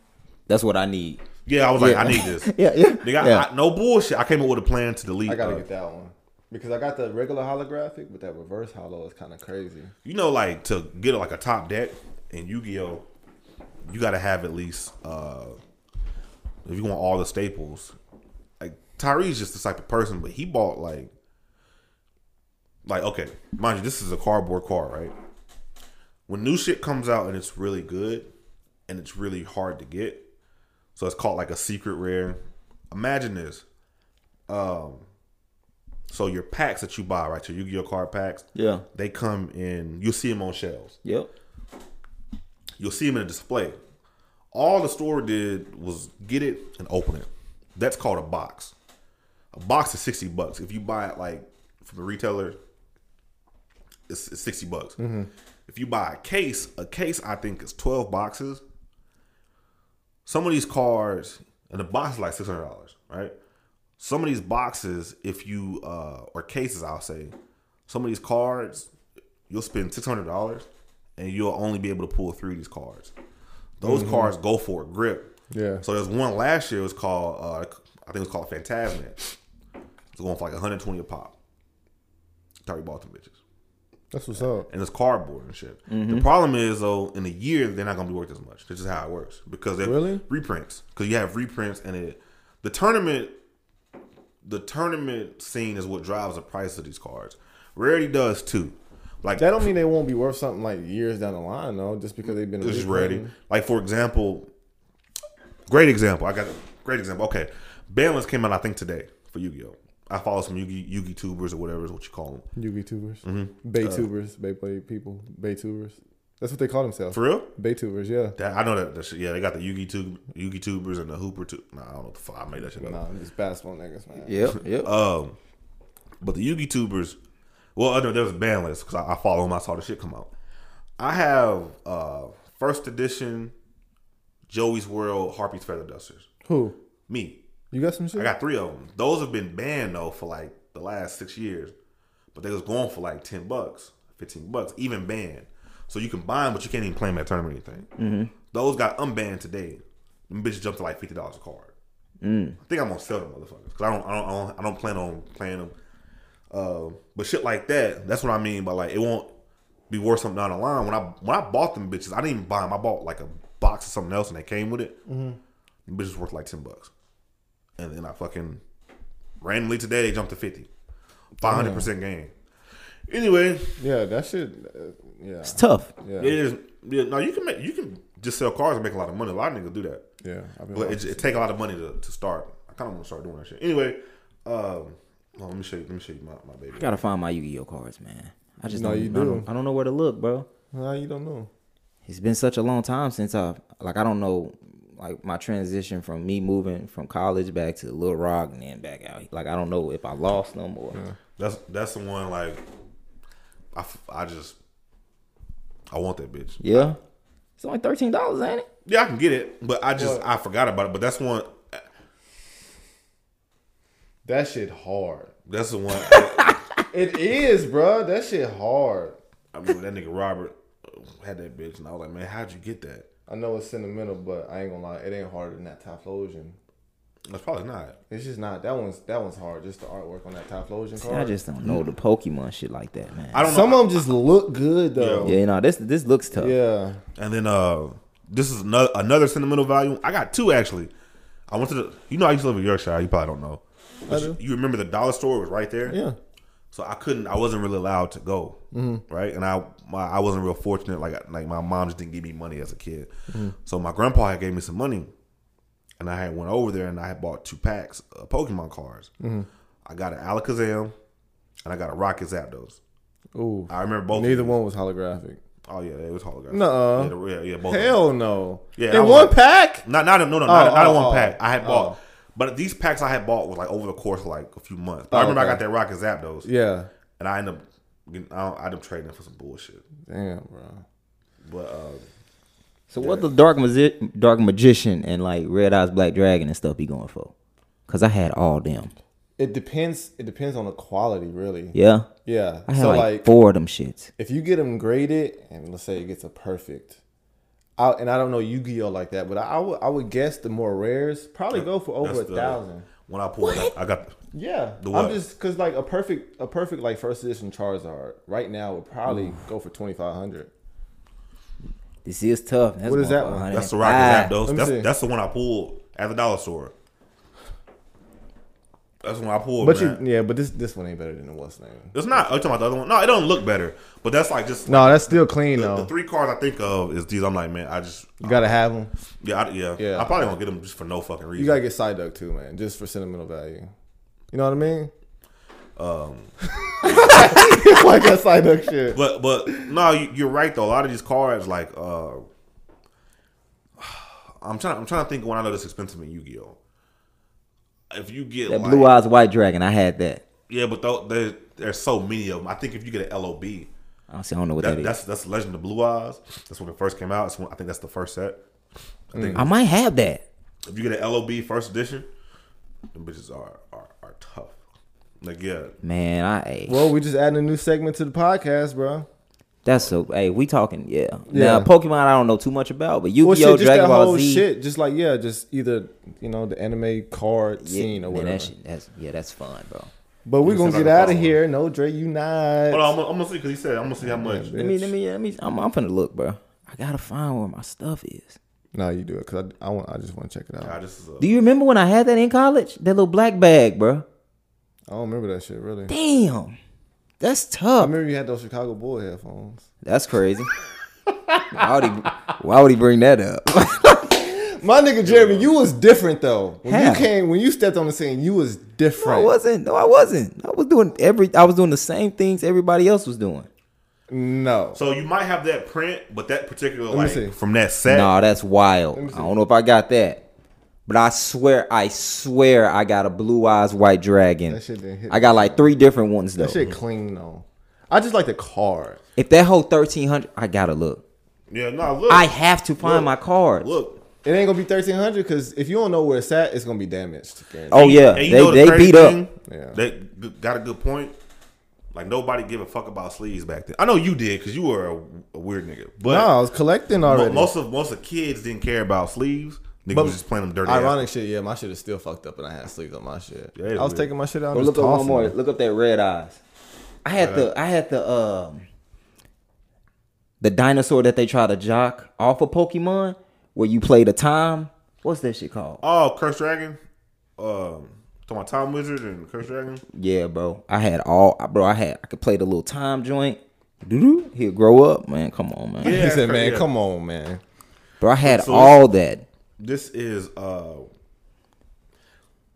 That's what I need. Yeah, I was like, I need this. Yeah, yeah. Nigga, I, I, no bullshit. I came up with a plan to delete. I gotta uh, get that one because I got the regular holographic, but that reverse hollow is kind of crazy. You know, like to get like a top deck in Yu Gi Oh, you got to have at least uh if you want all the staples. Like Tyree's just the type of person, but he bought like, like okay, mind you, this is a cardboard car, right? When new shit comes out and it's really good, and it's really hard to get, so it's called like a secret rare. Imagine this. Um, so your packs that you buy, right? Your Yu-Gi-Oh card packs, Yeah. they come in you'll see them on shelves Yep. you'll see them in a display all the store did was get it and open it that's called a box a box is 60 bucks if you buy it like from a retailer it's, it's 60 bucks if you buy a case a case i think is 12 boxes some of these cards and the box is like $600 right some of these boxes, if you uh or cases, I'll say, some of these cards, you'll spend six hundred dollars, and you'll only be able to pull three of these cards. Those cards go for a grip. Yeah. So there's one last year. It was called uh I think it was called Phantasmic. It's going for like 120 a pop. Thirty bought them bitches, That's what's up. and it's cardboard and shit. The problem is though, in a year they're not gonna be worth as much. That's just how it works because they're Really? reprints. Because you have reprints, and it the tournament the tournament scene is what drives the price of these cards. Rarity does too. Like That don't mean they won't be worth something like years down the line though, just because they've been. it's just reprinting. rarity. Like for example, great example. I got a great example. Okay, Balance came out I think today for Yu-Gi-Oh. I follow some Yugi Yugi tubers or whatever is what you call them. Yugi tubers, Mm-hmm. Uh, Bay tubers, Bay play people, Bay tubers. That's what they call themselves. For real? Bay tubers, yeah. That, I know that, that shit, yeah they got the Yugi tube Yugi tubers and the Hooper tube. Nah, I don't know what the fuck I made that shit up. Nah, it's basketball niggas, man. Yep. Yep. Um, but the Yugi tubers, well, other there was Bandless because I, I follow him. I saw the shit come out. I have uh first edition Joey's World Harpy's Feather Dusters. Who? Me, You got some shit? I got three of them. Those have been banned though for like the last six years, but they was going for like ten bucks, fifteen bucks, even banned. So you can buy them, but you can't even play them at tournament or anything. Those got unbanned today. Them bitches jumped to like fifty dollars a card. I think I'm gonna sell them motherfuckers because I don't, I don't, I don't, I don't plan on playing them. Uh, but shit like that, that's what I mean by like it won't be worth something down the line. When I when I bought them bitches, I didn't even buy them. I bought like a box of something else and they came with it. The bitches worth like ten bucks, and then I fucking randomly today they jumped to fifty. Five hundred percent gain. Anyway, yeah, that shit. Uh, yeah, It's tough. yeah, it is. Yeah, no, you can make you can just sell cars and make a lot of money. A lot of niggas do that. yeah. I've been But it, it take a lot of money to, to start. I kind of want to start doing that shit. Anyway, um, well, let me show you. Let me show you my, my baby. Gotta find my Yu-Gi-Oh cards, man. I just No, don't, you I don't- do. I don't know where to look, bro. nah, you don't know. It's been such a long time since I've like I don't know like my transition from me moving from college back to Little Rock and then back out. Like I don't know if I lost them or That's that's the one. Like, I, f- I just I want that bitch. yeah. It's only thirteen dollars, ain't it? Yeah, I can get it, but I just I forgot about it. But that's one. That shit hard. That's the one. It is, bruh. That shit hard. I mean, that nigga Robert had that bitch, and I was like, man, how'd you get that? I know it's sentimental, but I ain't gonna lie, it ain't harder than that Typhlosion. That's probably not. It's just not. That one's that one's hard. Just the artwork on that Typhlosion card. I just don't know the Pokemon shit like that, man. I don't Some know. of them just look good though. yeah, you know this this looks tough. yeah. And then uh, this is another another sentimental value. I got two actually. I went to the. You know, I used to live in Yorkshire. You probably don't know. But I you, you remember the dollar store was right there. Yeah. Mm-hmm. So I couldn't. I wasn't really allowed to go. Right. And I my, I wasn't real fortunate. Like like my mom just didn't give me money as a kid. Mm-hmm. So my grandpa had gave me some money, and I had went over there and I had bought two packs of Pokemon cards. Mm-hmm. I got an Alakazam, and I got a Rocket Zapdos. Ooh. I remember both. of Neither them. one was holographic. Oh yeah, it was holographic. Nuh-uh. Yeah, the- yeah, yeah, both. of them. Hell no. Yeah, I In was one like- pack? Not not a- no no not, Oh, not a oh, one oh. pack. I had bought, but these packs I had bought was like over the course of like a few months. But I Oh, remember I okay. got that Rocket Zapdos, Yeah. and I ended up getting, I, don't, I ended up trading it for some bullshit. Damn, bro. But uh, So what the dark magi- dark magician and like Red Eyes Black Dragon and stuff be going for? Cause I had all them. It depends. It depends on the quality, really. Yeah, Yeah. I had so like, like, four of them shits. if you get them graded, and let's say it gets a perfect, I, and I don't know Yu Gi Oh like that, but I, I would I would guess the more rares probably go for over That's a the- thousand. When I pulled, it, I got Yeah, The I'm what? just because like a perfect a perfect like first edition Charizard right now would probably go for twenty five hundred. This is tough. That's What is going that for one? 100. that's the Rocket Ah, Let Zapdos. me see. That's, that's the one I pulled at the dollar store. That's when I pulled. But man. you, yeah, but this this one ain't better than the what's name. it's not. Oh, you talking about the other one? No, it don't look better. But that's like just No, that's still clean the, though. the three cards I think of is these. I'm like, man, I just you gotta have them. yeah, I, yeah, Yeah. I probably won't get them just for no fucking reason. You gotta get Psyduck too, man, just for sentimental value. You know what I mean? Um, like that Psyduck shit. But but no, you, you're right though. A lot of these cards, like uh, I'm trying. I'm trying to think when I know this expensive in Yu-Gi-Oh. If you get That like, Blue Eyes White Dragon. I had that. yeah, but though there, there's so many of them. I think if you get an LOB, I don't, see, I don't know what that, that is. that's that's Legend of Blue Eyes. That's when it first came out. It's when, I think that's the first set. I think I might have that. if you get an LOB first edition, them bitches are are, are tough. Like yeah, Man, I hey, Well, we just adding a new segment to the podcast, bro. that's that's so hey, we talking, yeah. Yeah. Now Pokemon I don't know too much about, but Yu-Gi-Oh, Well, shit, just Dragon that Ball whole Z. shit. Just like yeah, just either you know the anime card Yeah, scene or man, whatever. that shit, that's yeah, that's fun, bro. But we're Let me gonna see if get I can out of find one. here. No, Dre, you not. hold on, I'm, gonna- I'm gonna see because he said I'm gonna see how much. man. Let me let me let me I'm I'm finna look, bro. I gotta find where my stuff is. No, you do it because I, I want. I just want to check it out. God, this is a, Do you remember when I had that in college? That little black bag, bro. I don't remember that shit really. Damn. That's I tough. remember you had those Chicago Bull headphones. That's crazy. why, would he, why would he bring that up? My nigga Jeremy, you was different though. When How? you came, when you stepped on the scene, you was I different. wasn't. No, I wasn't. I was doing every I was doing the same things everybody else was doing. No, So you might have that print, but that particular me like see. from that set. No, that's wild. I don't know if I got that. But I swear, I swear I got a blue eyes white dragon. That shit didn't hit I got like three different ones though. that shit clean though. I just like the card. If that whole thirteen hundred I gotta look. Yeah, no, look. I have to find Look. my cards. look. It ain't gonna be thirteen hundred because if you don't know where it's at, it's gonna be damaged. Oh yeah. And you They know the they crazy beat up. thing? Yeah. They g- got a good point. Like nobody give a fuck about sleeves back then. I know you did because you were a, a weird nigga. But no, I was collecting mo- already. most of most of kids didn't care about sleeves. Niggas But was just playing them dirty. Ironic Ironic. shit, yeah. My shit is still fucked up, and I had sleeves on my shit. Yeah, it's I was weird. taking my shit out. Go And look just up one tossing more. it. Look up that red eyes. I had the I had the um the dinosaur that they try to jock off of Pokemon where you play the time. What's that shit called? Oh, Curse Dragon. Um, talking about Tom Wizard and Curse Dragon. Yeah, bro. I had all, bro. I had. I could play the little time joint. Doo-doo. He'll grow up, man. Come on, man. Yeah. He said, "Man, yeah. come on, man." Bro, I had So- all that. This is uh,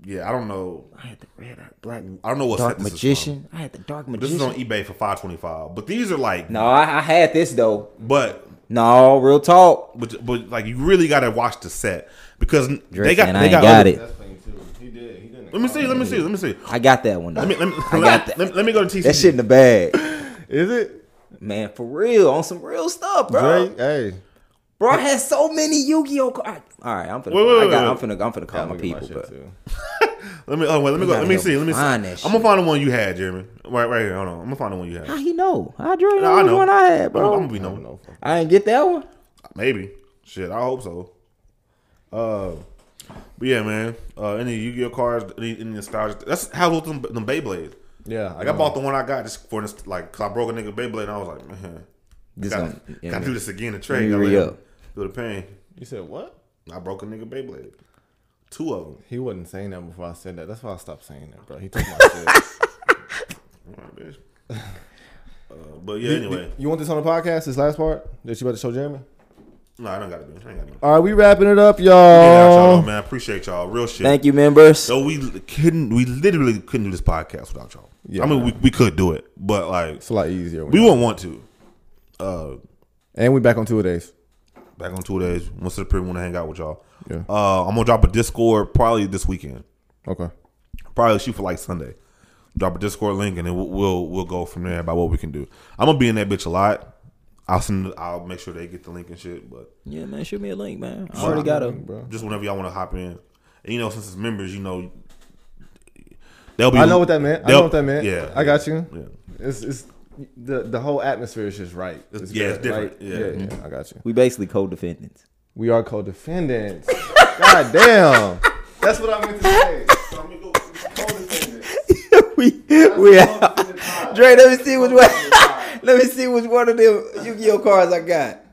yeah. I don't know. I had the red, eye, black, I don't know what set dark this is from. magician. I had the dark This is magician. on eBay for five twenty five. But these are like, No, I, I had this though. but No, real talk. But, but like you really gotta watch the set because they Drake, got man, I they ain't got, got other- it. clean too. He did. He didn't. Let me see. Let me see. Let me see. I got that one though. Let me let me I got that. let, me- let me go to TCG. That shit in the bag, Is it man. For real, on some real stuff, bro. Drake? Hey, Bro, I had so many Yu-Gi-Oh cards. All right, I'm finna. Wait, wait, I got, wait, I'm wait. finna. I'm finna call I'm my looking at people, shit, but too. Let me. Oh wait. Let me go. gotta Let me go see. Let me see. find I'm that shit. gonna find the one you had, Jeremy. Right right here. Hold on. I'm gonna find the one you had. how he know? I dream No, I which know. one I had, I'm, bro. I'm gonna be I don't no. know. I didn't get that one. Maybe. Shit. I hope so. Uh. But yeah, man. Uh, any Yu-Gi-Oh cards, any, any nostalgia? That's how with them, them Beyblades. Yeah, Like I bought the one I got just for this, like, cause I broke a nigga Beyblade, and I was like, man, This gotta, gonna- yeah, gotta man. do this again to trade. You Gotta let re-up. him Feel the pain. You said what? I broke a nigga Beyblade. Two of them. He wasn't saying that before I said that. That's why I stopped saying that, bro. He took my shit. Alright, bitch. Uh, but yeah, anyway. You want this on the podcast? This last part that you about to show Jeremy? No, I don't gotta do it. I ain't gotta do it. All right, we wrapping it up, Get out y'all, though, y'all. man. I appreciate y'all. Real shit. Thank you, members. so we li- couldn't, we literally couldn't do this podcast without y'all. Yeah, I mean, we, we could do it, but like, It's a lot easier. we won't want to. Uh, and we back on two days. back on two days. Once the want to hang out with y'all. Yeah. Uh, I'm gonna drop a Discord probably this weekend. Okay. probably shoot for like Sunday. Drop a Discord link and then we'll we'll, we'll go from there about what we can do. I'm gonna be in that bitch a lot. I'll send. I'll make sure they get the link and shit. But Yeah, man, shoot me a link, man. I Sure. already got a. bro. just whenever y'all want to hop in, and you know, since it's members, you know, they'll be. I know what that meant. I know they'll- what that meant. Yeah, I got you. Yeah. It's it's the the whole atmosphere is just right. It's- yeah, it's good. Like, different. Yeah. Mm-hmm. yeah, yeah, I got you. We basically co-defendants. We are co-defendants. God damn. That's what I meant to say. So I'm gonna go co-defendants. we we Co-defendant pod. Dre, let me see which one. let me see which one of them Yu-Gi-Oh cards I got.